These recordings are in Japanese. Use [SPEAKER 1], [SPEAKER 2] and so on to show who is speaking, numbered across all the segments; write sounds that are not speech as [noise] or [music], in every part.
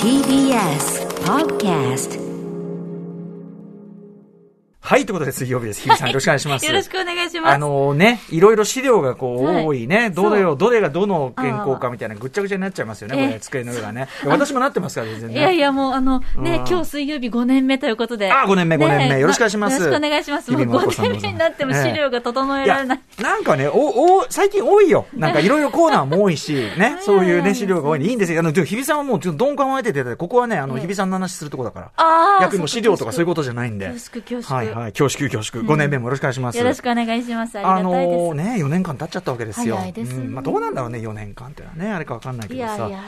[SPEAKER 1] TBS Podcast
[SPEAKER 2] はい、ということで水曜日です。日比さん、よろしくお願いします。
[SPEAKER 3] よろしくお願いします。
[SPEAKER 2] あのね、いろいろ資料がこう
[SPEAKER 3] はい
[SPEAKER 2] 多いね、どれを、どれがどの健康
[SPEAKER 3] あ
[SPEAKER 2] かみたいなぐっちゃぐちゃになっちゃいますよね、これ、
[SPEAKER 3] ええ
[SPEAKER 2] 机の上がね。いや私もなってますから、全然
[SPEAKER 3] い
[SPEAKER 2] ね。
[SPEAKER 3] やいや、もう、あの、
[SPEAKER 2] う
[SPEAKER 3] ね
[SPEAKER 2] ん、
[SPEAKER 3] 今日水曜日5年目ということで。
[SPEAKER 2] あ5年目
[SPEAKER 3] ね
[SPEAKER 2] 5年目よろしくお願いします
[SPEAKER 3] よろしくお願いします。もう
[SPEAKER 2] 日々もお子
[SPEAKER 3] 5
[SPEAKER 2] さんも
[SPEAKER 3] 年目になっても資料が整え
[SPEAKER 2] い
[SPEAKER 3] られ
[SPEAKER 2] や
[SPEAKER 3] ない。、
[SPEAKER 2] なんかね、お、お、最近多いよ。なんかいろいろコーナーも多いし、
[SPEAKER 3] [laughs]
[SPEAKER 2] ね、そういうね、資料が多いんで、いいんですよ。あの、でも日比さんはもう、ちょっと鈍感を得てて、ここはね、あの、
[SPEAKER 3] ええ
[SPEAKER 2] 日比さんの話するとこだから。
[SPEAKER 3] ああ。
[SPEAKER 2] 逆にもう資料とかそういう
[SPEAKER 3] こ
[SPEAKER 2] ことじゃないんで。
[SPEAKER 3] 恐縮恐縮
[SPEAKER 2] はいはい。恐縮恐縮。5年目もよろしくお願いします。
[SPEAKER 3] よろしくお願いします。あり
[SPEAKER 2] あ
[SPEAKER 3] がたいで
[SPEAKER 2] のね、4年間経っちゃったわけですよ。
[SPEAKER 3] 早いですね
[SPEAKER 2] うんまあ、どうなんだろうね、4年間ってのはね、あれかわかんな
[SPEAKER 3] す。
[SPEAKER 2] いけ
[SPEAKER 3] い
[SPEAKER 2] どさ。
[SPEAKER 3] やいやいや、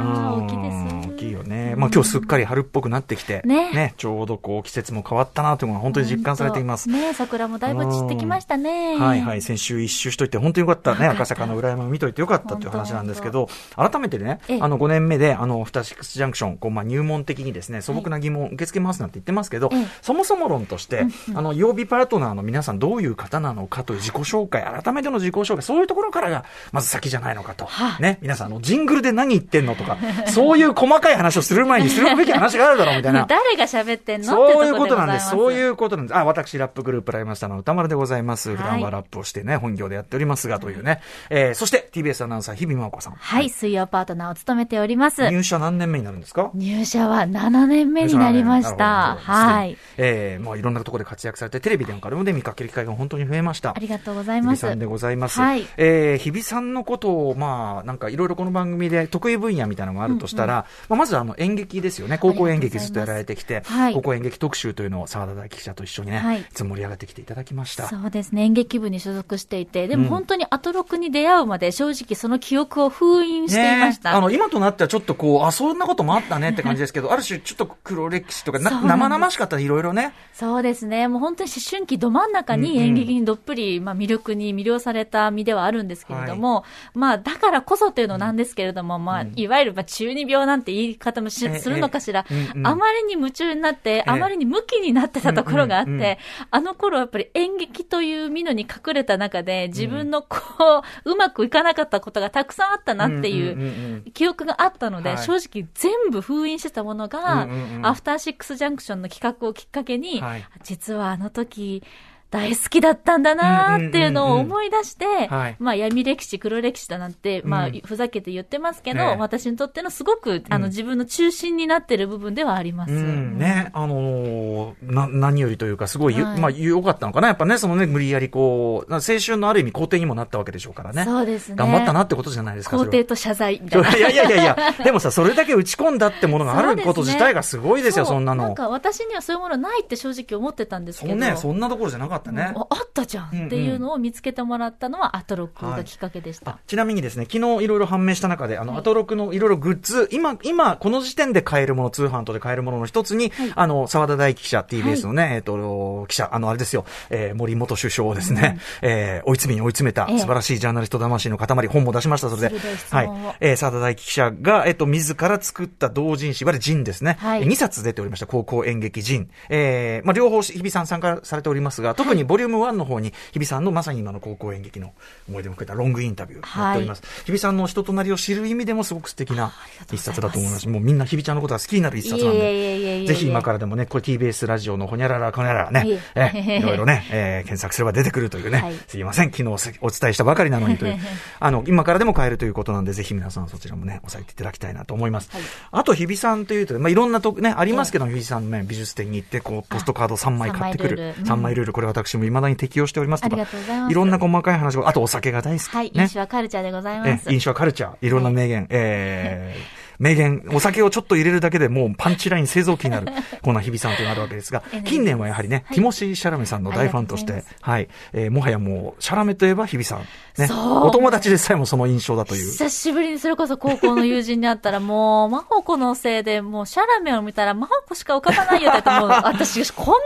[SPEAKER 2] うん
[SPEAKER 3] 大きいですよ。
[SPEAKER 2] 大きいよね。まあ今日すっかり春っぽくなってきて、
[SPEAKER 3] ね
[SPEAKER 2] ちょうどこう季節も変わったなというのが本当に実感されています。
[SPEAKER 3] ね、桜もだいぶ散ってきましたね。
[SPEAKER 2] はいはい、先週一周しといて、本当によかったね、赤坂の裏山見といてよかったという話なんですけど、改めてね
[SPEAKER 3] ええ、
[SPEAKER 2] あの5年目で、あの、フタシックスジャンクション、こう、まあ入門的にですね、素朴な疑問を受け付けますなんて言ってますけど
[SPEAKER 3] ええ、
[SPEAKER 2] そもそも論として、あの、曜日パートナーの皆さんどういう方なのかという自己紹介、改めての自己紹介、そういうところからが、まず先じゃないのかと。ね、皆さん、あの、ジングルで何言ってんのとか、そういう細かい話をする前にするべき話があるだろう [laughs] みたいな。
[SPEAKER 3] 誰が喋ってんの。
[SPEAKER 2] そういうことなんです。そういううことなんです。あ、私、ラップグループライマスターの歌丸でございます。
[SPEAKER 3] い
[SPEAKER 2] 普段はラップをしてね、本業でやっておりますが、というね。えー、そして TBS アナウンサー、日々真央子さん。
[SPEAKER 3] はい、水曜パートナーを務めております。
[SPEAKER 2] 入社何年目になるんですか
[SPEAKER 3] 入社は7年目になりました。は
[SPEAKER 2] はいい。。えー、もういろんなところで活躍されて、テレビなんかでもね、見かける機会が本当に増えました。
[SPEAKER 3] ありがとうござい
[SPEAKER 2] 日
[SPEAKER 3] ま
[SPEAKER 2] 比
[SPEAKER 3] す。
[SPEAKER 2] さんでございます。
[SPEAKER 3] はい
[SPEAKER 2] えー日比さんのことを、まあ、なんかいろいろこの番組で得意分野みたいなのがあるとしたら、まあ、まずあの演劇ですよね。高校演劇ずっとやられてきて、
[SPEAKER 3] ありがとうございますはい
[SPEAKER 2] 高校演劇特集というのを澤田大記者と一緒にね、
[SPEAKER 3] はい
[SPEAKER 2] い、つも盛り上がってきていただきました。
[SPEAKER 3] そうですね。演劇部に所属していて、でも本当にアトロクに出会うまで正直その記憶を封印していまし
[SPEAKER 2] ねえあ
[SPEAKER 3] た。
[SPEAKER 2] の、今となってはちょっとこう、あ、そんなこともあったねって感じですけど、ある種ちょっと黒歴史とか、な
[SPEAKER 3] そうなんです
[SPEAKER 2] 生々しかったらいろいろね、
[SPEAKER 3] そうですね。もう本当に思春期ど真ん中に演劇にどっぷり、まあ魅力に魅了された身ではあるんですけれども、まあだからこそというのなんですけれども、まあいわゆるまあ中二病なんて言い方もし
[SPEAKER 2] ええ
[SPEAKER 3] するのかしら、
[SPEAKER 2] ええうんうん
[SPEAKER 3] あまりに夢中になって、あまりに向きになってたところがあって、
[SPEAKER 2] うんうんうん
[SPEAKER 3] あの頃やっぱり演劇という美濃に隠れた中で自分のこう、うまくいかなかったことがたくさんあったなっていう、
[SPEAKER 2] んんんん
[SPEAKER 3] 記憶があったので、
[SPEAKER 2] はい
[SPEAKER 3] 正直全部封印してたものが、
[SPEAKER 2] うんうんうん
[SPEAKER 3] アフターシックスジャンクションの企画をきっかけに、
[SPEAKER 2] はい
[SPEAKER 3] 実はあの時、大好きだったんだなーっていうのを思い出して、
[SPEAKER 2] はい
[SPEAKER 3] まあ闇歴史、黒歴史だなんて、まあ
[SPEAKER 2] うん
[SPEAKER 3] ふざけて言ってますけど、
[SPEAKER 2] ええ
[SPEAKER 3] 私にとってのすごく、あ
[SPEAKER 2] う
[SPEAKER 3] の
[SPEAKER 2] ん
[SPEAKER 3] 自分の中心になってる部分ではあります。
[SPEAKER 2] うん、ね、あのーな、何よりというか、すごいよ、
[SPEAKER 3] はい
[SPEAKER 2] まあ、良かったのかな。やっぱね、そのね、無理やりこう、な青春のある意味、肯定にもなったわけでしょうからね。
[SPEAKER 3] そうですね。
[SPEAKER 2] 頑張ったなってことじゃないですか、
[SPEAKER 3] 肯
[SPEAKER 2] それ
[SPEAKER 3] 定
[SPEAKER 2] は。
[SPEAKER 3] と謝罪みたい
[SPEAKER 2] そ
[SPEAKER 3] な。
[SPEAKER 2] [laughs] ういやいやいやいや、でもさ、それだけ打ち込んだってものがあること自体がすごいです
[SPEAKER 3] う
[SPEAKER 2] よ、そんな
[SPEAKER 3] なん
[SPEAKER 2] の。
[SPEAKER 3] か私にはそういうものないって正直思ってたんです
[SPEAKER 2] そ
[SPEAKER 3] けど。
[SPEAKER 2] うね、そんなところじゃなかったね。
[SPEAKER 3] ああったじゃんっていうのを見つけてもらったのはアトロックがきっかけでした。
[SPEAKER 2] あちなみにですね、昨日いろいろ判明した中で、あの、アトロクのいろいろグッズ、今、今、この時点で買えるもの、通販とで買えるものの一つに、あの、沢田大記者、TBS のね、えっと、記者、あの、あれですよ、えー森元首相をですね、えー追い詰めに追い詰めた、
[SPEAKER 3] ええ
[SPEAKER 2] 素晴らしいジャーナリスト魂の塊、本も出しました、それで。
[SPEAKER 3] 鋭い質
[SPEAKER 2] は
[SPEAKER 3] 問
[SPEAKER 2] い
[SPEAKER 3] を。
[SPEAKER 2] えー沢田大記者が、えっと、自ら作った同人誌、いわゆる人ですね。
[SPEAKER 3] はい
[SPEAKER 2] えー2冊出ておりました、高校演劇人。えーまあ、両方、日比さん参加されておりますが、特にボリューム1の方に、日比さんのまさに今の高校演劇の思い出も含めたロングインタビューやっております。日比さんの人となりを知る意味でもすごく素敵な一冊だと思います。もうみんな日比ちゃんのことが好きになる一冊なん
[SPEAKER 3] いえいえいえいえい
[SPEAKER 2] で、
[SPEAKER 3] え
[SPEAKER 2] ぜひ今からでもね、これ TBS ラジオのほにゃららかにゃららね、
[SPEAKER 3] いえ [laughs]
[SPEAKER 2] えーいろいろね、えー検索すれば出てくるというね、
[SPEAKER 3] はい
[SPEAKER 2] すいません、昨日お伝えしたばかりなのに
[SPEAKER 3] [laughs]
[SPEAKER 2] という、あの、今からでも買えるということなんで、ぜひ皆さんそちらもね、押さえていただきたいなと思います。あと、日比さんというと、まあ、いろんなとこね、ありますけど、日比さんのね、美術展に行って、こう、ポストカード3枚買ってくる。
[SPEAKER 3] 三枚ルール
[SPEAKER 2] 3枚ルール、これ私も未だに適用しておりますとか、
[SPEAKER 3] ありがとうございます
[SPEAKER 2] ろんな細かい話を、あとお酒が大好き。
[SPEAKER 3] はい、
[SPEAKER 2] ね
[SPEAKER 3] 飲酒はカルチャーでござい
[SPEAKER 2] え
[SPEAKER 3] ます。
[SPEAKER 2] え、飲酒はカルチャー、いろんな名言、えー名言、お酒をちょっと入れるだけでもうパンチライン製造機
[SPEAKER 3] [laughs]
[SPEAKER 2] になる、こんな日々さんとなるわけですが
[SPEAKER 3] ええ、
[SPEAKER 2] 近年はやはりね、
[SPEAKER 3] はい
[SPEAKER 2] ティモシー・シャラメさんの大ファンと
[SPEAKER 3] あ
[SPEAKER 2] し
[SPEAKER 3] り
[SPEAKER 2] て
[SPEAKER 3] がとうござ、
[SPEAKER 2] はい、えーもはやもう、シャラメといえば日々さん、ね、
[SPEAKER 3] そう
[SPEAKER 2] お友達でさえもその印象だという。
[SPEAKER 3] 久しぶりにそれこそ高校の友人に会ったら、もう、真帆子のせいで、もう、シャラメを見たら、真帆子しか浮かばないよって言って、もう、私、こんなに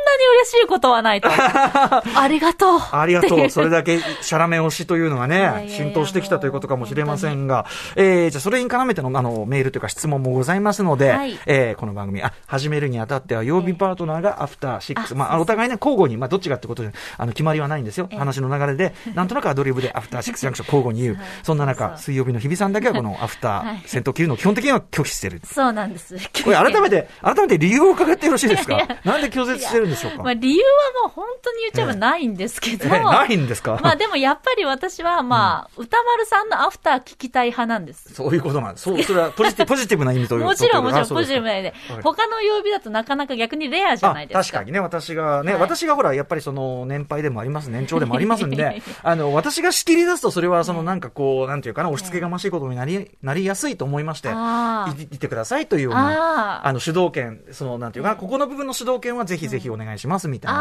[SPEAKER 3] 嬉しいことはない
[SPEAKER 2] [laughs]
[SPEAKER 3] と。ありがとう。
[SPEAKER 2] ありがと。
[SPEAKER 3] っていう
[SPEAKER 2] それだけ、シャラメ推しというの
[SPEAKER 3] や
[SPEAKER 2] が
[SPEAKER 3] いやい
[SPEAKER 2] ね、
[SPEAKER 3] や
[SPEAKER 2] 浸透してきたということかもしれませんが、えー、じゃあ、それに絡めての、あの、メールというか、か質問もございますので、
[SPEAKER 3] はい
[SPEAKER 2] えーこの番組、あ、始めるにあたっては、曜日パートナーがアフターシックス、まあ、お互いね、交互に、まあ、どっちがってことじゃ、あの、決まりはないんですよ。話の流れで、なんとなくアドリブでアフターシックスジャンクション交互に言う。そんな中、水曜日の日比さんだけは、このアフタ
[SPEAKER 3] は
[SPEAKER 2] ー
[SPEAKER 3] い、
[SPEAKER 2] 戦闘切るのを基本的には拒否してる。
[SPEAKER 3] そうなんです。
[SPEAKER 2] これ、改めて、改めて理由を伺ってよろしいですかなんで拒絶してるんでしょうか
[SPEAKER 3] まあ、理由はもう本当に言っちゃえばないんですけど、
[SPEAKER 2] ええないんですか
[SPEAKER 3] まあでもやっぱり私は、まあ、歌丸さんのアフター聞きたい派なんです。
[SPEAKER 2] そういうことなんです。そう、それはポ
[SPEAKER 3] [laughs]
[SPEAKER 2] ジティブ、ポジティブな意味という
[SPEAKER 3] もちろん、もちろ
[SPEAKER 2] あ
[SPEAKER 3] ん、
[SPEAKER 2] そう
[SPEAKER 3] ポ
[SPEAKER 2] で
[SPEAKER 3] ジ
[SPEAKER 2] す
[SPEAKER 3] ティ
[SPEAKER 2] か
[SPEAKER 3] ブな意味で
[SPEAKER 2] はい。
[SPEAKER 3] 他の曜日だとなかなか逆にレアじゃないですか。
[SPEAKER 2] あ確かにね、私がね、
[SPEAKER 3] はい
[SPEAKER 2] 私がほら、やっぱりその、年配でもあります、年長でもあります
[SPEAKER 3] [laughs]
[SPEAKER 2] んで、あの、私が仕切り出すと、それはその、なんかこう、なんていうかな、押し付けがましいことになり、なりやすいと思いまして、い
[SPEAKER 3] あー
[SPEAKER 2] いてくださいというよう
[SPEAKER 3] あ
[SPEAKER 2] な、
[SPEAKER 3] ー
[SPEAKER 2] あの、主導権、その、なんていうかな、ここの部分の主導権はぜひぜひお願いします、みたい
[SPEAKER 3] あ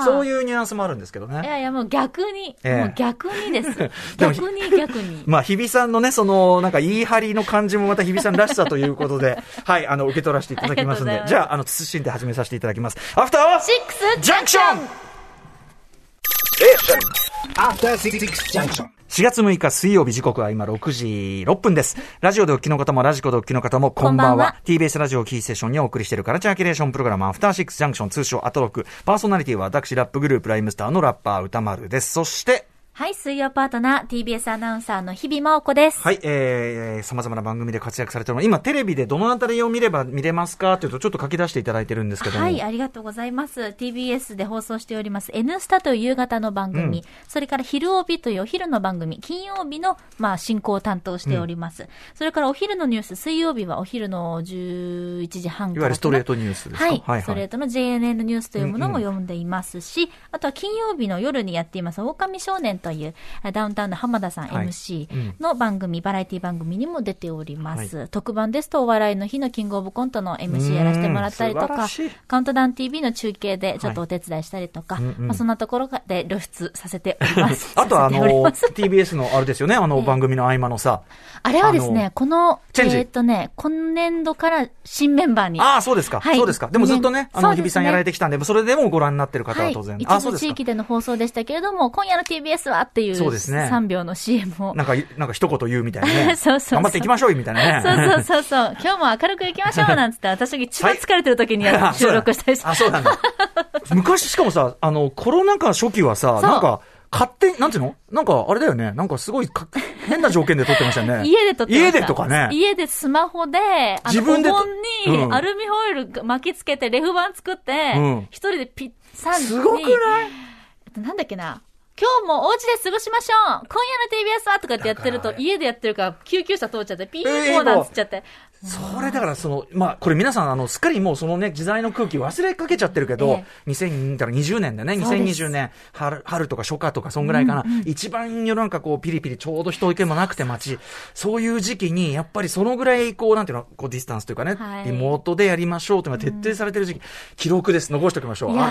[SPEAKER 2] な
[SPEAKER 3] ー。
[SPEAKER 2] そういうニュアンスもあるんですけど
[SPEAKER 3] い
[SPEAKER 2] ね。
[SPEAKER 3] やいや、もう逆に、
[SPEAKER 2] ええ。
[SPEAKER 3] もう逆にです
[SPEAKER 2] [laughs] でも
[SPEAKER 3] 逆に逆に。
[SPEAKER 2] まあ、日比さんのね、その、なんか言い張りの感じもまた日比さんらしさということで、はい、あの、受け取らせていただきま
[SPEAKER 3] ありが、とうご
[SPEAKER 2] すんで
[SPEAKER 3] ざいます
[SPEAKER 2] じゃあ、あの、慎んで始めさせていただきます。アフターは
[SPEAKER 3] シックスジャンクション
[SPEAKER 4] After Six Junction.
[SPEAKER 2] 4月6日水曜日時刻は今6時6分です。ラジオでお聞きの方もラジコでお聞きの方もこんばんは。
[SPEAKER 3] こんばんは
[SPEAKER 2] TBS ラジオキーステーションにお送りしているカルチャーキュレーションプログラムアフターシックスジャンクション通称アトロク。パーソナリティは私ラップグループライムスターのラッパー歌丸です。そして、
[SPEAKER 3] はい、水曜パートナー、TBS アナウンサーの日々真央子です。
[SPEAKER 2] はい、えー、様々な番組で活躍されてるの、今テレビでどのあたりを見れば見れますかというとちょっと書き出していただいてるんですけども。
[SPEAKER 3] はい、ありがとうございます。TBS で放送しております、N スタという夕方の番組、それから昼帯というお昼の番組、金曜日の、まあ、進行を担当しております。それからお昼のニュース、水曜日はお昼の11時半からかな。
[SPEAKER 2] いわゆるストレートニュースですか
[SPEAKER 3] はい、
[SPEAKER 2] はいはい
[SPEAKER 3] ストレートの JNN ニュースというものも読んでいますし、あとは金曜日の夜にやっています、狼少年という、あダウンタウンの浜田さん
[SPEAKER 2] はい
[SPEAKER 3] MC の番組、バラエティ番組にも出ております。特番ですと、お笑いの日のキングオブコントの MC やらせてもらったりと
[SPEAKER 2] うん
[SPEAKER 3] か
[SPEAKER 2] 素晴らしい、
[SPEAKER 3] カウントダウン TV の中継でちょっとお手伝いしたりとか、まあ、そんなところで露出させております。
[SPEAKER 2] [laughs] あとはあの
[SPEAKER 3] させており、ます
[SPEAKER 2] TBS のあれですよね、あの番組の合間のさ。
[SPEAKER 3] あれはです
[SPEAKER 2] あ
[SPEAKER 3] ね
[SPEAKER 2] の、
[SPEAKER 3] この、
[SPEAKER 2] チェンジ
[SPEAKER 3] えーっとね、今年度から新メンバーに。
[SPEAKER 2] ああ、そうですか、
[SPEAKER 3] はい
[SPEAKER 2] そうですか。でもずっとね、あ
[SPEAKER 3] そ
[SPEAKER 2] の、
[SPEAKER 3] う
[SPEAKER 2] 日
[SPEAKER 3] ですね
[SPEAKER 2] 比さんやられてきたんで、それでもご覧になってる方
[SPEAKER 3] は、
[SPEAKER 2] はい当然。
[SPEAKER 3] 一
[SPEAKER 2] あ、そう
[SPEAKER 3] 部
[SPEAKER 2] で
[SPEAKER 3] 地
[SPEAKER 2] すか。
[SPEAKER 3] 域での放送でしたけれども、今夜の TBS はっていう
[SPEAKER 2] そうですね
[SPEAKER 3] 3秒の CM を。
[SPEAKER 2] なんか、なんか一言言うみたいな
[SPEAKER 3] [laughs]
[SPEAKER 2] ね。
[SPEAKER 3] そうそうそう
[SPEAKER 2] 頑張っていきましょうよみたいな
[SPEAKER 3] [laughs]
[SPEAKER 2] ね。
[SPEAKER 3] そうそうそうそう。今日も明るく行きましょうなんつって、私が一番疲れてる時に
[SPEAKER 2] [laughs]
[SPEAKER 3] やる収録したりして。
[SPEAKER 2] あ、そうなんだ。昔しかもさ、あの、コロナ禍初期はさ、
[SPEAKER 3] う
[SPEAKER 2] なんか、勝手に、なんていうのなんか、あれだよね。なんかすごいか、変な条件で撮ってましたよね。
[SPEAKER 3] [laughs] 家で撮ってました
[SPEAKER 2] 家でとかね。
[SPEAKER 3] 家でスマホで、あ
[SPEAKER 2] 自
[SPEAKER 3] の、
[SPEAKER 2] 分で
[SPEAKER 3] お
[SPEAKER 2] と
[SPEAKER 3] 盆に
[SPEAKER 2] うん
[SPEAKER 3] アルミホイル巻きつけて、レフ板作って
[SPEAKER 2] うん、
[SPEAKER 3] 一人でピッ、サン
[SPEAKER 2] すごくない
[SPEAKER 3] なんだっけな。今日もお家で過ごしましょう今夜の TBS はとかってやってる
[SPEAKER 2] だ
[SPEAKER 3] と
[SPEAKER 2] か、ら
[SPEAKER 3] 家でやってるから、救急車通っちゃって、ピー
[SPEAKER 2] えー
[SPEAKER 3] コーなんつっちゃって。
[SPEAKER 2] それだから、その、まあ、これ皆さん、あの、すっかりもうそのね、時代の空気忘れかけちゃってるけど
[SPEAKER 3] え、
[SPEAKER 2] 2020年だね、
[SPEAKER 3] そうです
[SPEAKER 2] 2020年、春、春とか初夏とか、そんぐらいかな。一番世の中こう、ピリピリ、ちょうど人気もなくて街、そういう時期に、やっぱりそのぐらい、こう、なんていうの、こう、ディスタンスというかね
[SPEAKER 3] は、い
[SPEAKER 2] リモートでやりましょうというのが徹底されてる時期、記録です。残しておきましょう。
[SPEAKER 3] いや
[SPEAKER 2] あ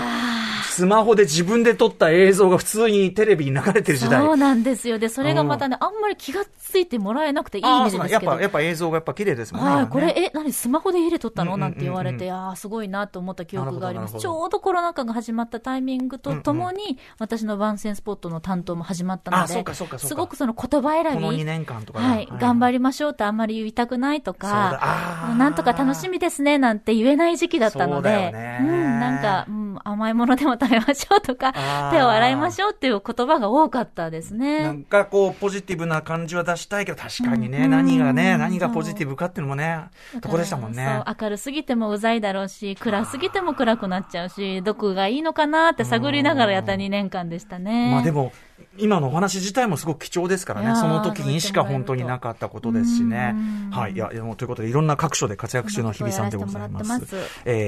[SPEAKER 3] ー。
[SPEAKER 2] スマホで自分で撮った映像が普通にテレビに流れてる時代。
[SPEAKER 3] そうなんですよ。で、それがまたね、あんまり気がついてもらえなくていい
[SPEAKER 2] あ
[SPEAKER 3] ん
[SPEAKER 2] あ、
[SPEAKER 3] で
[SPEAKER 2] そ
[SPEAKER 3] す
[SPEAKER 2] うなん
[SPEAKER 3] け
[SPEAKER 2] やっ
[SPEAKER 3] ど。
[SPEAKER 2] ぱ、やっぱ映像がやっぱ綺麗ですもんね。
[SPEAKER 3] は
[SPEAKER 2] 今
[SPEAKER 3] い、
[SPEAKER 2] ね
[SPEAKER 3] これ、え、何、スマホで家で撮ったの
[SPEAKER 2] うんうんう
[SPEAKER 3] な
[SPEAKER 2] んうん
[SPEAKER 3] んて言われて、ああ、すごいなと思った記憶がありま
[SPEAKER 2] なるほ
[SPEAKER 3] す。
[SPEAKER 2] ど
[SPEAKER 3] ちょうどコロナ禍が始まったタイミングとともに、私の番宣スポットの担当も始まったので、
[SPEAKER 2] あそうかそうかそうか
[SPEAKER 3] すごくその言葉選
[SPEAKER 2] こ
[SPEAKER 3] び、
[SPEAKER 2] の2年間とかね
[SPEAKER 3] はい、頑張
[SPEAKER 2] り
[SPEAKER 3] りましょうってあんまり言いたくないと
[SPEAKER 2] そうだ
[SPEAKER 3] か
[SPEAKER 2] あ、ー
[SPEAKER 3] なんとか楽しみですねなんて言えない時期だったの
[SPEAKER 2] そうだよ
[SPEAKER 3] で、
[SPEAKER 2] ね
[SPEAKER 3] うん、なんか、うん、甘いものでも食べましょうとか
[SPEAKER 2] あー、
[SPEAKER 3] 手を洗いましょうっていう言葉が多かったですね。
[SPEAKER 2] なんかこう、ポジティブな感じは出したいけど、確かにね、何がね、何がポジティブかっていうのもね、とこでしたもんね。
[SPEAKER 3] そう、明るすぎてもうざいだろうし、暗すぎても暗くなっちゃうし、どこがいいのかなって探りながらやった2年間でしたね。
[SPEAKER 2] まあでも、今のお話自体もすごく貴重ですから
[SPEAKER 3] いや
[SPEAKER 2] ね、
[SPEAKER 3] ー
[SPEAKER 2] その時にしか本当になかったことですしね。はい。いや、でもということで、いろんな各所で活躍中の日々さんでございま
[SPEAKER 3] そんな
[SPEAKER 2] す
[SPEAKER 3] ことをやらせてもらって。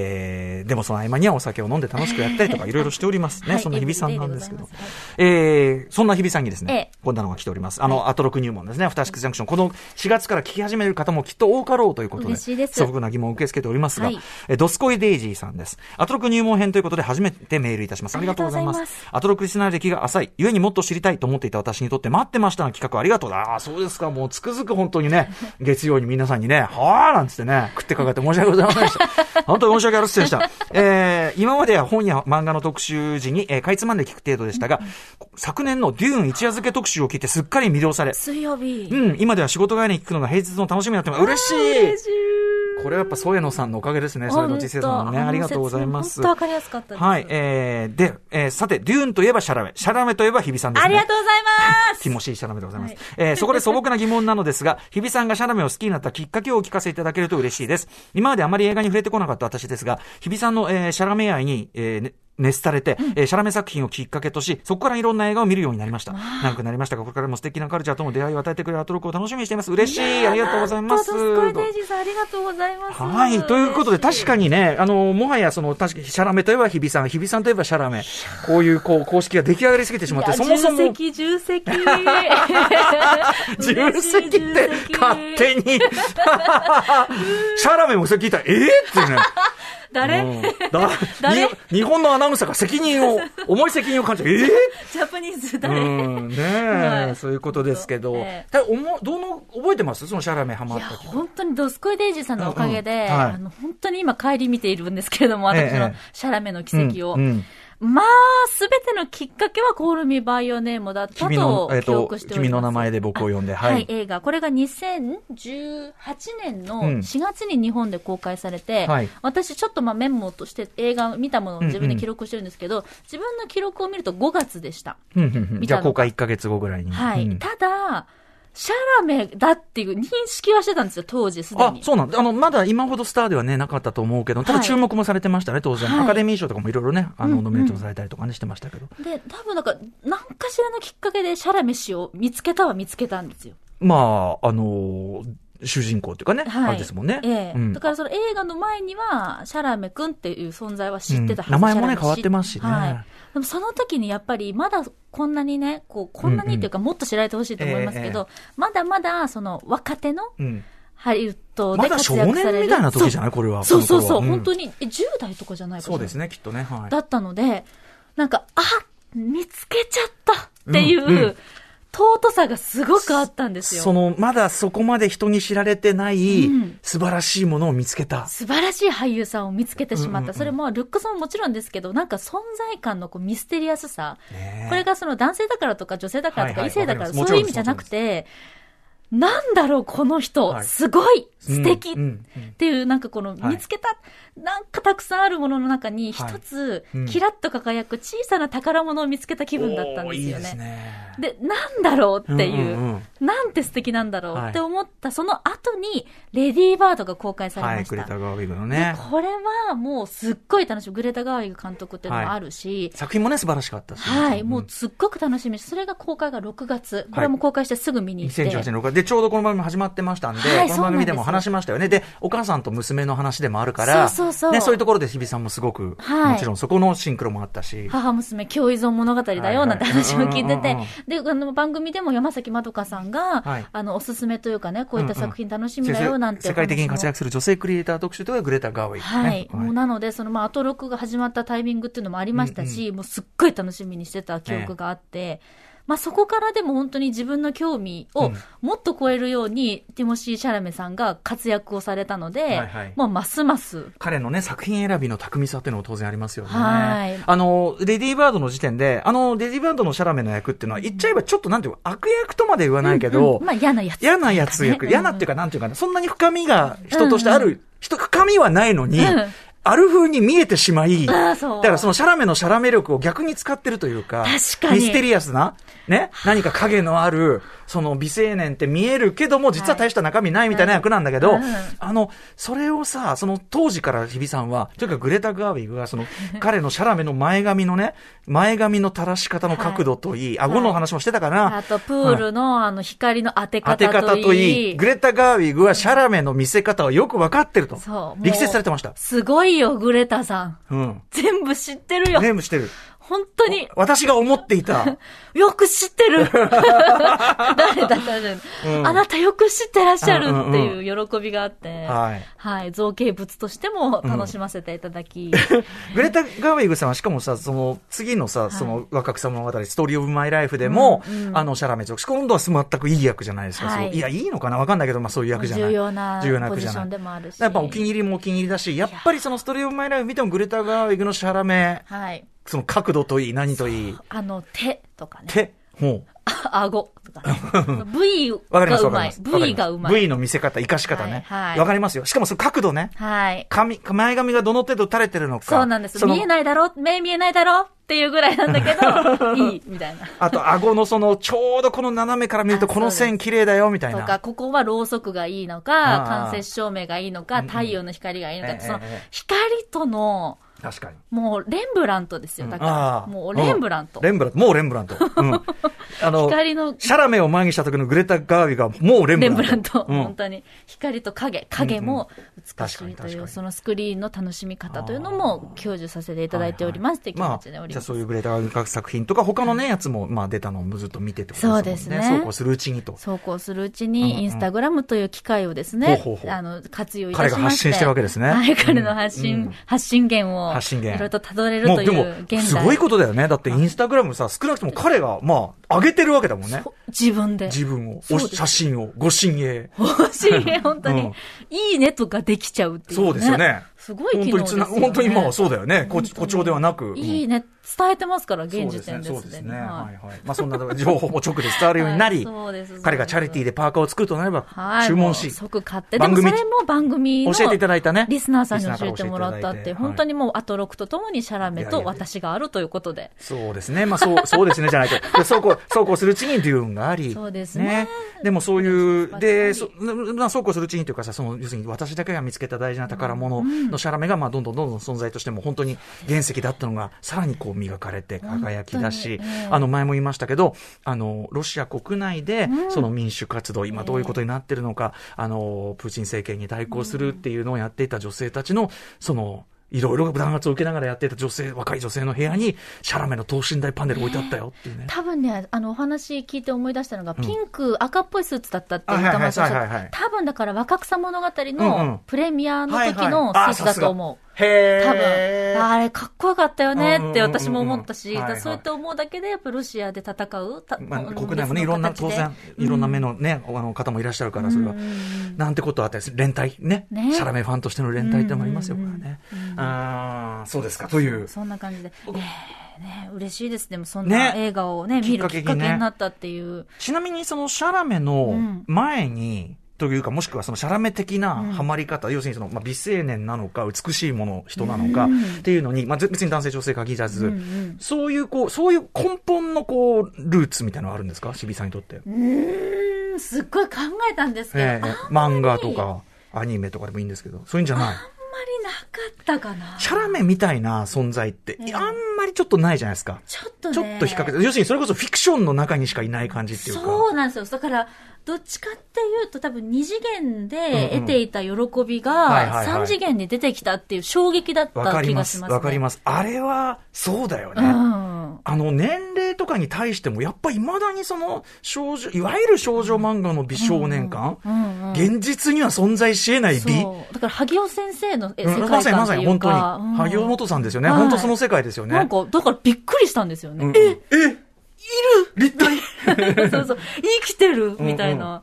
[SPEAKER 2] えー、でもその合間にはお酒を飲んで楽しくやったりとか、いろいろしておりますね。
[SPEAKER 3] はい
[SPEAKER 2] そんな日々さんなんですけど
[SPEAKER 3] エブリデイでござい。
[SPEAKER 2] えー、そんな日々さんにですね
[SPEAKER 3] ええ、
[SPEAKER 2] こんなのが来ております。あの、アトロク入門ですね、アフターシックスジャンクション。この4月から聞き始める方もきっと多かろうということで、
[SPEAKER 3] 嬉しいです
[SPEAKER 2] 素朴な疑問を受け付けておりますが
[SPEAKER 3] はい、
[SPEAKER 2] えードスコイデイジーさんです。アトロク入門編ということで初めてメールいたします。ありがとうございま
[SPEAKER 3] ありがとうございますす。
[SPEAKER 2] アトロクリスナー歴が浅い、ゆえにもっと知りたいと思っていた私にとって待ってましたの企画ありがとうだ。ああ、そうですか。もうつくづく本当にね、月曜に皆さんにね、はあなんつってね、食ってかかって申し訳ございませんでした。本当に申し訳ありませんでした。えー、今までは本や漫画の特集時に、えーかいつまんで聞く程度でしたが、昨年のデューン一夜漬け特集を聞いてすっかり魅了され、
[SPEAKER 3] 水曜日。
[SPEAKER 2] うん、今では仕事帰りに聞くのが平日の楽しみになってます。嬉しい
[SPEAKER 3] 嬉しい
[SPEAKER 2] これはやっぱ添野さんのおかげですね。添野知世さんのね。
[SPEAKER 3] 本当
[SPEAKER 2] ありがとうございます。
[SPEAKER 3] 本当わかりやすかったです。
[SPEAKER 2] はい。えー、で、えーさて、デューンといえばシャラメ。シャラメといえば日比さんです
[SPEAKER 3] あ
[SPEAKER 2] ね。
[SPEAKER 3] りがとうございます。
[SPEAKER 2] ティモシー・シャラメでございます。
[SPEAKER 3] はい
[SPEAKER 2] えーそこで素朴な疑問なのですが、日比さんがシャラメを好きになったきっかけをお聞かせいただけると嬉しいです。今まであまり映画に触れてこなかった私ですが、日比さんの、えーシャラメ愛に、えーね熱されて、えーシャラメ作品をきっかけとし、そこからいろんな映画を見るようになりました。長くなりましたが、これからも素敵なカルチャーとの出会いを与えてくれるアトロクを楽しみにしています。嬉しいありがとうございます。
[SPEAKER 3] トスコイデイジーさん、ありがとうございます。
[SPEAKER 2] はい。ということで、確か
[SPEAKER 3] に。
[SPEAKER 2] にね、あの、もはや、その、確かに、シャラメといえば日比さん、日比さんといえばシャラメ。こういう、こう、公式が出来上がりすぎてしまって、そもそも、
[SPEAKER 3] 重責、重責。
[SPEAKER 2] [laughs]
[SPEAKER 3] 重
[SPEAKER 2] 重責って、勝
[SPEAKER 3] [laughs]
[SPEAKER 2] 手に、シャラメもそれ聞いたら、ええってね。
[SPEAKER 3] 誰、 [laughs]
[SPEAKER 2] うんだ
[SPEAKER 3] 誰
[SPEAKER 2] に日本のアナウンサーが責任を、重い責任を感じて、ええ
[SPEAKER 3] ジャパニーズ
[SPEAKER 2] う
[SPEAKER 3] 誰、
[SPEAKER 2] ん、ね
[SPEAKER 3] は
[SPEAKER 2] え、
[SPEAKER 3] い
[SPEAKER 2] そういうことですけど
[SPEAKER 3] ええ、
[SPEAKER 2] ただおもどの、覚えてますそのシャラメハマ
[SPEAKER 3] い
[SPEAKER 2] っ
[SPEAKER 3] や、
[SPEAKER 2] た時。
[SPEAKER 3] 本当にドスコイデイジーさんのおかげで、
[SPEAKER 2] うんうんはい
[SPEAKER 3] あの、本当に今帰り見ているんですけれども、私
[SPEAKER 2] え
[SPEAKER 3] の
[SPEAKER 2] え
[SPEAKER 3] シャラメの奇跡を。
[SPEAKER 2] うんうん
[SPEAKER 3] まあ、すべてのきっかけはコールミバイオネームだった
[SPEAKER 2] 君の
[SPEAKER 3] と、
[SPEAKER 2] えっ
[SPEAKER 3] 記
[SPEAKER 2] と
[SPEAKER 3] 憶しております。
[SPEAKER 2] 君の名前で僕を呼んで、
[SPEAKER 3] はい、
[SPEAKER 2] はい。
[SPEAKER 3] 映画。これが2018年の
[SPEAKER 2] うん
[SPEAKER 3] 4月に日本で公開されて、
[SPEAKER 2] はい
[SPEAKER 3] 私ちょっとまあメモとして映画を見たものを自分で記録してるんですけど、自分の記録を見ると5月でした。
[SPEAKER 2] うんうんうん
[SPEAKER 3] 見
[SPEAKER 2] じ
[SPEAKER 3] た
[SPEAKER 2] ゃあ
[SPEAKER 3] の
[SPEAKER 2] 公開1ヶ月後ぐらいに。
[SPEAKER 3] はい。
[SPEAKER 2] うん
[SPEAKER 3] ただ、シャラメだっていう認識はしてたんですよ、当時すで
[SPEAKER 2] あ、
[SPEAKER 3] に。
[SPEAKER 2] そうなんだ。あの、まだ今ほどスターではね、なかったと思うけど、ただ
[SPEAKER 3] はい
[SPEAKER 2] 注目もされてましたね、当然。
[SPEAKER 3] はい
[SPEAKER 2] アカデミー賞とかもいろいろね、あ
[SPEAKER 3] うん
[SPEAKER 2] の、
[SPEAKER 3] うん
[SPEAKER 2] ノミネートされたりとかね、してましたけど。
[SPEAKER 3] で、多分なんか、何かしらのきっかけでシャラメ氏を見つけたは見つけたんですよ。
[SPEAKER 2] まあ、あのー、主人公っていうかね、
[SPEAKER 3] はい。
[SPEAKER 2] あれですもんね。
[SPEAKER 3] ええ
[SPEAKER 2] うん
[SPEAKER 3] だからその映画の前には、シャラメくんっていう存在は知ってたはず、
[SPEAKER 2] うん名前も
[SPEAKER 3] シャ
[SPEAKER 2] ね
[SPEAKER 3] ラメ氏
[SPEAKER 2] 変わってますしね
[SPEAKER 3] はい。でもその時にやっぱり、まだこんなにね、こう、こんなにっていうか、もっと知られてほしいと思いますけど、
[SPEAKER 2] え
[SPEAKER 3] まだまだ、その、若手の
[SPEAKER 2] うん
[SPEAKER 3] ハリウッド
[SPEAKER 2] ま
[SPEAKER 3] で
[SPEAKER 2] だ
[SPEAKER 3] 活
[SPEAKER 2] 少
[SPEAKER 3] 躍
[SPEAKER 2] 年
[SPEAKER 3] される。
[SPEAKER 2] みたいな時じゃないこれは。
[SPEAKER 3] そうそうそうそう、
[SPEAKER 2] この頃は
[SPEAKER 3] 本当に、え10代とかじゃないかな
[SPEAKER 2] そうですね、きっとね。はい
[SPEAKER 3] だ。ったので、なんか、あ見つけちゃったっていう、
[SPEAKER 2] うんうん
[SPEAKER 3] 尊さがすごくあったんですよ。
[SPEAKER 2] その、まだそこまで人に知られてない
[SPEAKER 3] うん、
[SPEAKER 2] 素晴らしいものを見つけた。
[SPEAKER 3] 素晴らしい俳優さんを見つけてしまった。
[SPEAKER 2] うんうんうん
[SPEAKER 3] それも、ルックスももちろんですけど、なんか存在感のこうミステリアスさ。
[SPEAKER 2] ねえ
[SPEAKER 3] これがその男性だからとか女性だからとか
[SPEAKER 2] はいはい
[SPEAKER 3] 異性だから、
[SPEAKER 2] わかります
[SPEAKER 3] そういう意味じゃなくて、なんだろう、この人、
[SPEAKER 2] はい
[SPEAKER 3] すごい素敵、
[SPEAKER 2] うんうんうん
[SPEAKER 3] っていう、なんかこの
[SPEAKER 2] はい
[SPEAKER 3] 見つけた、なんかたくさんあるものの中に
[SPEAKER 2] はい
[SPEAKER 3] 一つ
[SPEAKER 2] うん、
[SPEAKER 3] キラッと輝く小さな宝物を見つけた気分だったんですよ
[SPEAKER 2] おーいいです
[SPEAKER 3] ね。
[SPEAKER 2] ね。
[SPEAKER 3] で、なんだろうっていう、
[SPEAKER 2] うんうんうん
[SPEAKER 3] なんて素敵なんだろ
[SPEAKER 2] は
[SPEAKER 3] う
[SPEAKER 2] い
[SPEAKER 3] って思った、その後に、レディーバードが公開され
[SPEAKER 2] は
[SPEAKER 3] ま
[SPEAKER 2] い、
[SPEAKER 3] した。
[SPEAKER 2] クレタ・ガーウィグのね。
[SPEAKER 3] これはもうすっごい楽しみ。グレタ・ガーウィグ監督っていうのもあるし、
[SPEAKER 2] 作品もね、素晴らしかったし。
[SPEAKER 3] はい、もう
[SPEAKER 2] ん
[SPEAKER 3] すっごく楽しみし、それが公開が6月。これも公開してすぐ見に行って。
[SPEAKER 2] 2018年6月で、ちょうどこの番組始まってましたんで、
[SPEAKER 3] はい
[SPEAKER 2] この番組で
[SPEAKER 3] そうなんで
[SPEAKER 2] も
[SPEAKER 3] す
[SPEAKER 2] 話しましたよね。で、お母さんと娘の話でもあるから、
[SPEAKER 3] そうそうそう
[SPEAKER 2] ね、そういうところで日比さんもすごく、
[SPEAKER 3] はい
[SPEAKER 2] もちろんそこのシンクロもあったし、
[SPEAKER 3] 母娘教依存物語だ
[SPEAKER 2] は
[SPEAKER 3] よ
[SPEAKER 2] い
[SPEAKER 3] なんて話も聞いて
[SPEAKER 2] うんうん
[SPEAKER 3] て、で、あの、番組でも山崎まどかさんが、
[SPEAKER 2] はい
[SPEAKER 3] あの、おすすめというかね、こういった作品楽しみ
[SPEAKER 2] 先
[SPEAKER 3] だよなん
[SPEAKER 2] 生
[SPEAKER 3] て
[SPEAKER 2] 世界的に活躍
[SPEAKER 3] す
[SPEAKER 2] する女性クリエイター特集というのがグレタ・ガーウィグ、ね。
[SPEAKER 3] はい。もう
[SPEAKER 2] はい
[SPEAKER 3] なので、その、まあ、アトロクが始まったタイミングっていうのもありましたし、もうすっごい楽しみにしてた記憶があって、まあ、そこからでも本当に自分の興味をもっと超えるように、ティモシー・シャラメさんが活躍をされたので、
[SPEAKER 2] はいはい
[SPEAKER 3] もうますます
[SPEAKER 2] 彼のね、作品選びの巧みさっていうのも当然ありますよね。
[SPEAKER 3] はい
[SPEAKER 2] あの、レディーバードの時点で、あの、レディーバードのシャラメの役っていうのは、言っちゃえばちょっとなんていうか、悪役とまで言わないけど、
[SPEAKER 3] うんまあ嫌なやつ。
[SPEAKER 2] 嫌なやつ役、
[SPEAKER 3] ね
[SPEAKER 2] 嫌なっていうか、なんていうかな、そんなに深みが人としてある、人、深みはないのに
[SPEAKER 3] うん、
[SPEAKER 2] ある風に見えてしまい、
[SPEAKER 3] あ
[SPEAKER 2] だ
[SPEAKER 3] あそう
[SPEAKER 2] からそのシャラメのシャラメ力を逆に使ってるというか、
[SPEAKER 3] 確かに
[SPEAKER 2] ミステリアスな、ね、何か影のある、その美青年って見えるけども、実は大した中身ないみたいな役なんだけ
[SPEAKER 3] う
[SPEAKER 2] ど、
[SPEAKER 3] ん
[SPEAKER 2] あの、それをさ、その当時から日比さんは、というかグレタ・ガーウィグが、その、彼のシャラメの前髪のね、前髪の垂らし方の角度といい、顎の話もしてたから、
[SPEAKER 3] あと、プールの、あの、光の当て
[SPEAKER 2] 当
[SPEAKER 3] 方とい
[SPEAKER 2] て
[SPEAKER 3] い。
[SPEAKER 2] 方といい、グレタ・ガーウィグはシャラメの見せ方をよく分かってると。
[SPEAKER 3] そうもう
[SPEAKER 2] 力説されてました。
[SPEAKER 3] すごいよ、グレタさん。
[SPEAKER 2] うん。
[SPEAKER 3] 全部知ってるよ。
[SPEAKER 2] ネームしてる。
[SPEAKER 3] 本当に。
[SPEAKER 2] 私が思って
[SPEAKER 3] [laughs]
[SPEAKER 2] いた。
[SPEAKER 3] よく知ってる誰だったじゃ
[SPEAKER 2] うん
[SPEAKER 3] あなたよく知ってらっしゃる
[SPEAKER 2] うんうん
[SPEAKER 3] っ
[SPEAKER 2] う
[SPEAKER 3] て
[SPEAKER 2] ん
[SPEAKER 3] いう喜びがあって。
[SPEAKER 2] はい
[SPEAKER 3] はい。造形物としても楽しませていただき。
[SPEAKER 2] グレタ・ガーウィグさんはしかもさ、その、次のさ、その、若草物語、ストーリー・オブ・マイ・ライフでも、あの、シャラメ族、今度は全くいい役じゃないですか。
[SPEAKER 3] はい
[SPEAKER 2] そういや、いいのかなわかんないけど、まあそういう役じゃない。
[SPEAKER 3] 重要な
[SPEAKER 2] 重要な役じ
[SPEAKER 3] ポジ
[SPEAKER 2] ゃ
[SPEAKER 3] シ
[SPEAKER 2] な
[SPEAKER 3] ョ
[SPEAKER 2] い。
[SPEAKER 3] ンでもあるし
[SPEAKER 2] やっぱお気に入りもお気に入りだし、やっぱりその、ストーリー・オブ・マイ・ライフ見ても、グレタ・ガーウィグのシャラメ、
[SPEAKER 3] はい。
[SPEAKER 2] その角度といい、何といい、
[SPEAKER 3] あの、手とかね。
[SPEAKER 2] 手、ほう。
[SPEAKER 3] あ顎とか。V
[SPEAKER 2] わかり
[SPEAKER 3] が
[SPEAKER 2] ます、
[SPEAKER 3] うま
[SPEAKER 2] わかりま
[SPEAKER 3] い
[SPEAKER 2] す。。
[SPEAKER 3] V がうまい。
[SPEAKER 2] V の見せ方、生かし方ね。
[SPEAKER 3] はいはい
[SPEAKER 2] わかりますよ。しかもその角度ね。
[SPEAKER 3] はい。
[SPEAKER 2] 髪、前髪がどの程度垂れてるのか。
[SPEAKER 3] そうなんです。
[SPEAKER 2] その
[SPEAKER 3] 見えないだろ目見えないだろっていうぐらいなんだけ
[SPEAKER 2] [laughs]
[SPEAKER 3] ど、いいみたいな。
[SPEAKER 2] あと、顎のその、ちょうどこの斜めから見ると、
[SPEAKER 3] あ
[SPEAKER 2] この
[SPEAKER 3] そう
[SPEAKER 2] 線綺麗だよ、みたい
[SPEAKER 3] と
[SPEAKER 2] な。
[SPEAKER 3] か、ここはろうそくがいいの
[SPEAKER 2] あ
[SPEAKER 3] か、
[SPEAKER 2] ー
[SPEAKER 3] 間接照明がいいのか、太陽の光がいいのかって、
[SPEAKER 2] ええ
[SPEAKER 3] その
[SPEAKER 2] ええ、
[SPEAKER 3] 光との、
[SPEAKER 2] 確かに。
[SPEAKER 3] もう、レンブラントですよ。だ
[SPEAKER 2] あ
[SPEAKER 3] か
[SPEAKER 2] あ。
[SPEAKER 3] ら、もう、レンブラン
[SPEAKER 2] う
[SPEAKER 3] ト
[SPEAKER 2] ん。レンブラント。もうレンブラント。
[SPEAKER 3] [laughs]
[SPEAKER 2] うん。あの、
[SPEAKER 3] 光の
[SPEAKER 2] シャラメを前にした時のグレタ・ガービーが、もうレンブ
[SPEAKER 3] レ
[SPEAKER 2] ラン
[SPEAKER 3] ン
[SPEAKER 2] ト。
[SPEAKER 3] ブラント。
[SPEAKER 2] うん
[SPEAKER 3] 本当に。光と影。影も美し
[SPEAKER 2] 確かに
[SPEAKER 3] いと
[SPEAKER 2] 確
[SPEAKER 3] い
[SPEAKER 2] かに
[SPEAKER 3] う、そのスクリーンの楽しみ方というのも享受させていただいておりますって気持ちでおりま
[SPEAKER 2] まあ、じゃあ
[SPEAKER 3] す
[SPEAKER 2] そうい。うグレーター作品とか、他のね、やつも、まあ、出たのもずっと見てってことですもんね。
[SPEAKER 3] そうですね
[SPEAKER 2] そうこうするうちにと。
[SPEAKER 3] そうこうするうち
[SPEAKER 2] うんうん
[SPEAKER 3] に、インスタグラムという機会をですね、
[SPEAKER 2] ほうほうほう
[SPEAKER 3] あの、活用いたしまして
[SPEAKER 2] 彼が発信してるわけですね
[SPEAKER 3] はい、彼の発信、
[SPEAKER 2] うん
[SPEAKER 3] 発信源を、
[SPEAKER 2] 発信源
[SPEAKER 3] いろいろと辿れる
[SPEAKER 2] も
[SPEAKER 3] と
[SPEAKER 2] う
[SPEAKER 3] い
[SPEAKER 2] でも
[SPEAKER 3] う、現代。
[SPEAKER 2] すごいことだよね。だってインスタグラムさ、少なくとも彼が、まあ、上げてるわけだもんね。
[SPEAKER 3] 自分で。
[SPEAKER 2] 自分を、
[SPEAKER 3] そ
[SPEAKER 2] お
[SPEAKER 3] うです
[SPEAKER 2] 写真を、ご神影。
[SPEAKER 3] 欲しいね、本当に、
[SPEAKER 2] うん
[SPEAKER 3] いいねとかできちゃうっていう、ね。
[SPEAKER 2] そうですよね。
[SPEAKER 3] すごい機
[SPEAKER 2] 本
[SPEAKER 3] 能で
[SPEAKER 2] 当に
[SPEAKER 3] すよ、
[SPEAKER 2] つな、
[SPEAKER 3] ね。
[SPEAKER 2] 本当にまあそうだよね。誇誇張ではなく。
[SPEAKER 3] いい
[SPEAKER 2] ね。
[SPEAKER 3] ね。伝えてますから、現
[SPEAKER 2] そう
[SPEAKER 3] 時
[SPEAKER 2] です
[SPEAKER 3] 点
[SPEAKER 2] ね。
[SPEAKER 3] で
[SPEAKER 2] そう
[SPEAKER 3] す
[SPEAKER 2] です
[SPEAKER 3] で
[SPEAKER 2] ね。
[SPEAKER 3] に。
[SPEAKER 2] は
[SPEAKER 3] はい
[SPEAKER 2] はい。まあそんな情報も直で伝わるようにな
[SPEAKER 3] はい
[SPEAKER 2] り
[SPEAKER 3] そうですそうで、す
[SPEAKER 2] 彼がチャリティーでパーカーを作るとなれば
[SPEAKER 3] は、い。
[SPEAKER 2] 注文
[SPEAKER 3] も
[SPEAKER 2] し
[SPEAKER 3] う、即買って。で
[SPEAKER 2] 番
[SPEAKER 3] もそ
[SPEAKER 2] 組
[SPEAKER 3] れも番組の
[SPEAKER 2] 教えていただいたね
[SPEAKER 3] リスナーさんに
[SPEAKER 2] リスナ
[SPEAKER 3] 教え
[SPEAKER 2] ーから
[SPEAKER 3] てもらったっ
[SPEAKER 2] 教え
[SPEAKER 3] て、
[SPEAKER 2] ていただいて
[SPEAKER 3] 本当にもうアトロクとともにシャラメ
[SPEAKER 2] いやい
[SPEAKER 3] と
[SPEAKER 2] や
[SPEAKER 3] 私があるということで。
[SPEAKER 2] そうですね。まあ、そう、そうですね、じゃないと。でそうこう、そうこうするうちにデューンがあり。
[SPEAKER 3] そうですね
[SPEAKER 2] でもそういう、で、
[SPEAKER 3] そう
[SPEAKER 2] そ、まあ、そうこうするうちにというかさ、その、要するに私だけが見つけた大事な宝物のシャラメが、まあ、どんどんどんどん存在としても、本当に原石だったのが、さらにこう磨かれて輝きだ
[SPEAKER 3] 本
[SPEAKER 2] し
[SPEAKER 3] 当にええ、
[SPEAKER 2] あの、前も言いましたけど、あの、ロシア国内で、その民主活動、今どういうことになってるのか、あの、プーチン政権に対抗するっていうのをやっていた女性たちの、その、いろいろ弾圧を受けながらやっていた女性、若い女性の部屋に、シャラメの等身大パネル置いてあったよっていうね。
[SPEAKER 3] 多分ね、あの、お話聞いて思い出したのが、ピンク、赤っぽいスーツだったっていう
[SPEAKER 2] あはいはい
[SPEAKER 3] 玉井さんおっしゃっ
[SPEAKER 2] はいはいはい
[SPEAKER 3] た多分だから、若草物語
[SPEAKER 2] うんうん
[SPEAKER 3] のプレミアの時のスーツだと思う。
[SPEAKER 2] う。へ
[SPEAKER 3] 多
[SPEAKER 2] え。
[SPEAKER 3] 分、あれかっこよかったよねって私も思った
[SPEAKER 2] うん
[SPEAKER 3] し、
[SPEAKER 2] うんうんうん
[SPEAKER 3] だから
[SPEAKER 2] はいはい
[SPEAKER 3] そうやって思うだけで、やっぱロシアで戦う、た
[SPEAKER 2] まあ、
[SPEAKER 3] うん
[SPEAKER 2] 国内もね、いろんな、
[SPEAKER 3] 別の
[SPEAKER 2] 当
[SPEAKER 3] 形で
[SPEAKER 2] 然、いろんな目のね、あの方もいらっしゃるから、それは。なんてことあったりする。連帯ね。
[SPEAKER 3] ね
[SPEAKER 2] シャラメファンとしての連帯ってのもありますよからね。ああ、そうですか、という。
[SPEAKER 3] そんな感じで。ねえ、ねえ嬉しいです。でも、そんな
[SPEAKER 2] ね
[SPEAKER 3] 映画をね、
[SPEAKER 2] きっ
[SPEAKER 3] 見
[SPEAKER 2] か
[SPEAKER 3] る
[SPEAKER 2] け
[SPEAKER 3] き
[SPEAKER 2] にね
[SPEAKER 3] っかけになったっていう。
[SPEAKER 2] ちなみにそのシャラメの
[SPEAKER 3] ん
[SPEAKER 2] 前に、というか、もしくはそのシャラメ的なハマり方、要するにその、まあ、美青年なのか、美しいもの、人なのか、っていうのに、まあ、ぜ別に男性女性限らず、そういう、こう、そういう根本の、こう、ルーツみたいなのはあるんですか渋井さんにとって。え
[SPEAKER 3] うん、すっごい考えたんですけど、あん
[SPEAKER 2] え
[SPEAKER 3] まり
[SPEAKER 2] 漫画とか、アニメとかでもいいんですけど、そういうんじゃない。
[SPEAKER 3] なかったかな。
[SPEAKER 2] シャラメみたいな存在って、
[SPEAKER 3] ええ
[SPEAKER 2] あんまりちょっとないじゃないですか。
[SPEAKER 3] ちょっとね。
[SPEAKER 2] ちょっと比較的、要するにそれこそフィクションの中にしかいない感じっていうか。
[SPEAKER 3] そうなんですよ。だから、どっちかっていうと、多分二次元で
[SPEAKER 2] うんうん
[SPEAKER 3] 得ていた喜び
[SPEAKER 2] はいはいは
[SPEAKER 3] が、
[SPEAKER 2] い
[SPEAKER 3] 三次元に出てきたっていう衝撃だっ
[SPEAKER 2] わか
[SPEAKER 3] た
[SPEAKER 2] り
[SPEAKER 3] 気
[SPEAKER 2] ま
[SPEAKER 3] がし
[SPEAKER 2] す。
[SPEAKER 3] ますね。
[SPEAKER 2] わかります。あれは、そうだよね。
[SPEAKER 3] うん。
[SPEAKER 2] あの、年齢とかに対しても、やっぱ未だにその、少女、いわゆる少女漫画の美少年感、
[SPEAKER 3] うんうん。
[SPEAKER 2] 現実には存在し得ない美。
[SPEAKER 3] そう。だから、萩尾先生のえ
[SPEAKER 2] う
[SPEAKER 3] 世界
[SPEAKER 2] ん
[SPEAKER 3] 観
[SPEAKER 2] まさに
[SPEAKER 3] っ
[SPEAKER 2] ま
[SPEAKER 3] て
[SPEAKER 2] さ
[SPEAKER 3] い
[SPEAKER 2] に、
[SPEAKER 3] う
[SPEAKER 2] 本当に。
[SPEAKER 3] か、うん
[SPEAKER 2] 萩尾元さんですよね。
[SPEAKER 3] はい
[SPEAKER 2] 本当その世界ですよね。
[SPEAKER 3] なんか、だからびっくりしたんですよね。
[SPEAKER 2] うん
[SPEAKER 3] え
[SPEAKER 2] え、いる立体 [laughs]
[SPEAKER 3] そうそう。生きてるみたいな。っ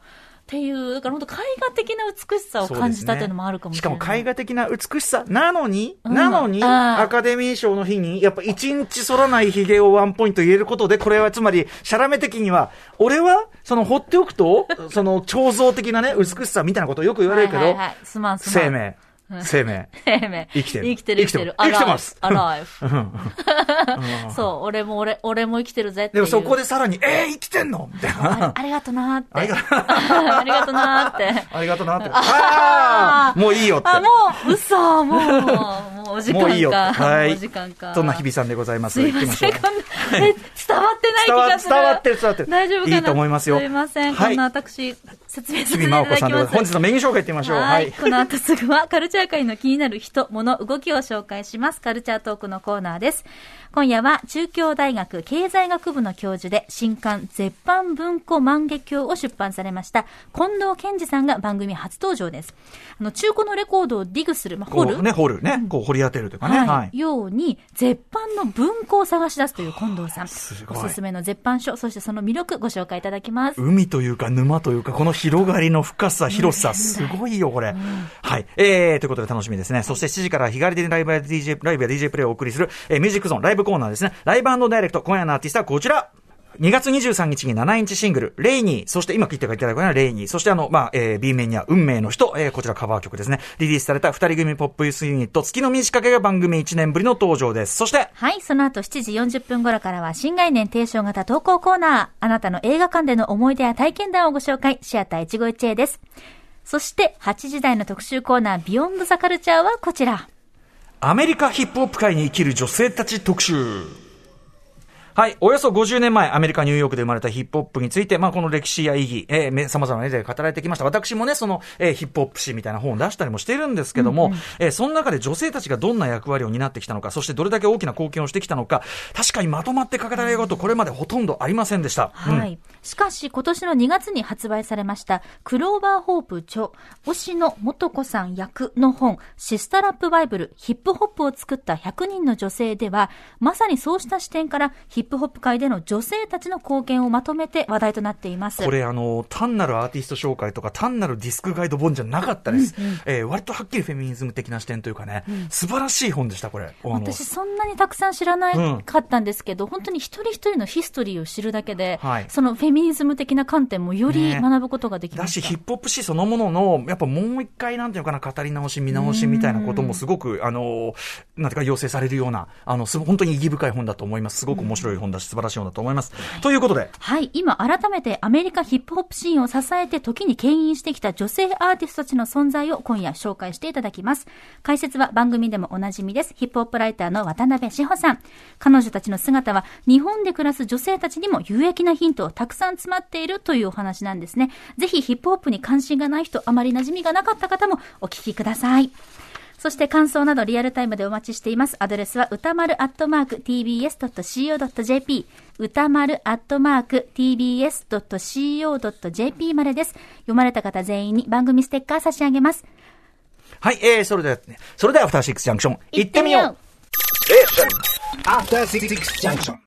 [SPEAKER 3] ていう、だから本当絵画的な美しさを感じたっていうのもあるかもしれない。
[SPEAKER 2] しかも絵画的な美しさなのに、
[SPEAKER 3] うん
[SPEAKER 2] なのに、
[SPEAKER 3] あー
[SPEAKER 2] アカデミー賞の日に、やっぱ一日剃らない髭をワンポイント入れることで、これはつまり、シャラメ的には、俺は、その放っておく
[SPEAKER 3] [laughs]
[SPEAKER 2] と、その彫像的なね、美しさみたいなことをよく言われるけど、
[SPEAKER 3] はいはいはい、すまんすまん。
[SPEAKER 2] 生。命、生命。
[SPEAKER 3] 生命。
[SPEAKER 2] 生きてる
[SPEAKER 3] 生きてる、
[SPEAKER 2] 生きてる
[SPEAKER 3] アライブ
[SPEAKER 2] 生きてます
[SPEAKER 3] ア
[SPEAKER 2] [laughs]
[SPEAKER 3] ライブ。そう、俺も俺、俺も生きてるぜってい
[SPEAKER 2] で
[SPEAKER 3] う。
[SPEAKER 2] もそこでさらに、えー、生きてんのみたい
[SPEAKER 3] あ。 [laughs]
[SPEAKER 2] な。
[SPEAKER 3] ありがとなーって。
[SPEAKER 2] ありが
[SPEAKER 3] [laughs] ありがとなーって。
[SPEAKER 2] ありがとうなって。 [laughs] ああもういいよって。
[SPEAKER 3] あ、もう、嘘、もう、もうお時間か。
[SPEAKER 2] もういいよって。はい。
[SPEAKER 3] もうお時間か。
[SPEAKER 2] そんな日々さんでございますす。
[SPEAKER 3] い
[SPEAKER 2] 行
[SPEAKER 3] ま
[SPEAKER 2] きまし
[SPEAKER 3] せ
[SPEAKER 2] ょ
[SPEAKER 3] ん、こ
[SPEAKER 2] う
[SPEAKER 3] んな、え、伝わってない気
[SPEAKER 2] 伝わ
[SPEAKER 3] がする。
[SPEAKER 2] 伝わってる、伝わってる。
[SPEAKER 3] 大丈夫かない
[SPEAKER 2] いと思いますよ。
[SPEAKER 3] すいません、
[SPEAKER 2] は
[SPEAKER 3] こ
[SPEAKER 2] い
[SPEAKER 3] んな。私、説明させ
[SPEAKER 2] 日
[SPEAKER 3] ていただ
[SPEAKER 2] 々真央子
[SPEAKER 3] き
[SPEAKER 2] さんでござい
[SPEAKER 3] ま。
[SPEAKER 2] ますす。本日のメニュー紹介いってみましょう。
[SPEAKER 3] は。
[SPEAKER 2] はいい。
[SPEAKER 3] この後すぐは、カルチャー界の気になる人、物、動きを紹介します。カルチャートークのコーナーです。今夜は、中京大学経済学部の教授で、新刊、絶版文庫万華鏡を出版されました、近藤健二さんが番組初登場です。あの、中古のレコードをディグする、まあ、
[SPEAKER 2] こ
[SPEAKER 3] 掘
[SPEAKER 2] う
[SPEAKER 3] る、
[SPEAKER 2] ね、掘るね。こう掘り当てるというかね。
[SPEAKER 3] は
[SPEAKER 2] はいい。
[SPEAKER 3] ように、絶版の文庫を探し出すという近藤さん。
[SPEAKER 2] すごい
[SPEAKER 3] おすすめの絶版書、そしてその魅力、ご紹介いただきます。
[SPEAKER 2] 海というか沼というか、この広がりの深さ、広さ、すごいよ、これ。はい。えー、ということで楽しみですね。そして7時から日帰りでライブや DJ、ライブや DJ プレイをお送りする、えーミュージックゾーン、ライブコーナーですね。ライブダイレクト、今夜のアーティストはこちら。 2月23日に7インチシングル、レイニー、そして今聞いていただいたのはレイニー、そしてあの、まあ、えー、B 面には運命の人、えー、こちらカバー曲ですね。リリースされた二人組ポップユースユニット、月の満ち欠けが番組1年ぶりの登場です。そして、
[SPEAKER 3] はい、その後7時40分頃からは新概念提唱型投稿コーナー。あなたの映画館での思い出や体験談をご紹介、シアター一期一会です。そして8時台の特集コーナー、ビヨンドザカルチャーはこちら。
[SPEAKER 2] アメリカヒップホップ界に生きる女性たち特集。はい。およそ50年前、アメリカ・ニューヨークで生まれたヒップホップについて、まあ、この歴史や意義、えーめ、様々な絵で語られてきました。私もね、その、えーヒップホップ誌みたいな本を出したりもしているんですけども、えーその中で女性たちがどんな役割を担ってきたのか、そしてどれだけ大きな貢献をしてきたのか、確かにまとまって書かれること、これまでほとんどありませんでした。うん
[SPEAKER 3] はい。しかし、今年の2月に発売されました、クローバーホープ著、推野元子さん役の本、シスタラップバイブル、ヒップホップを作った100人の女性では、まさにそうした視点から、ヒップホップ界での女性たちの貢献をまとめて話題となっています。
[SPEAKER 2] これあの、単なるアーティスト紹介とか、単なるディスクガイド本じゃなかったです。えー割とはっきりフェミニズム的な視点というかね、素晴らしい本でした、これ。あの
[SPEAKER 3] 私そんなにたくさん知らなかったんですけど、本当に一人一人のヒストリーを知るだけで、
[SPEAKER 2] はい
[SPEAKER 3] そのフェミニズム的な観点もより
[SPEAKER 2] ね
[SPEAKER 3] 学ぶことができま
[SPEAKER 2] だし、
[SPEAKER 3] した。
[SPEAKER 2] ヒップホップ史そのものの、やっぱもう一回、なんていうのかな、語り直し、見直しみたいなこともすごく、あの、なんていうか、要請されるような、あの、す本当に意義深い本だと思います。すごく面白い本だし、素晴らしい本だと思います。ということで、
[SPEAKER 3] はい、今改めてアメリカヒップホップシーンを支えて時に牽引してきた女性アーティストたちの存在を今夜紹介していただきます。解説は番組でもおなじみです。ヒップホップライターの渡辺志保さん。彼女たちの姿は日本で暮らす女性たちにも有益なヒントをたくさん詰まっているというお話なんですね。ぜひヒップホップに関心がない人、あまり馴染みがなかった方もお聞きください。そして感想などリアルタイムでお待ちしています。アドレスは歌丸アットマーク tbs.co.jp 歌丸アットマーク tbs.co.jp までです。読まれた方全員に番組ステッカー差し上げます。
[SPEAKER 2] はい、えー、それでは、ね、それでは、アフターシックスジャンクション、行ってみよう
[SPEAKER 4] After Six Junction.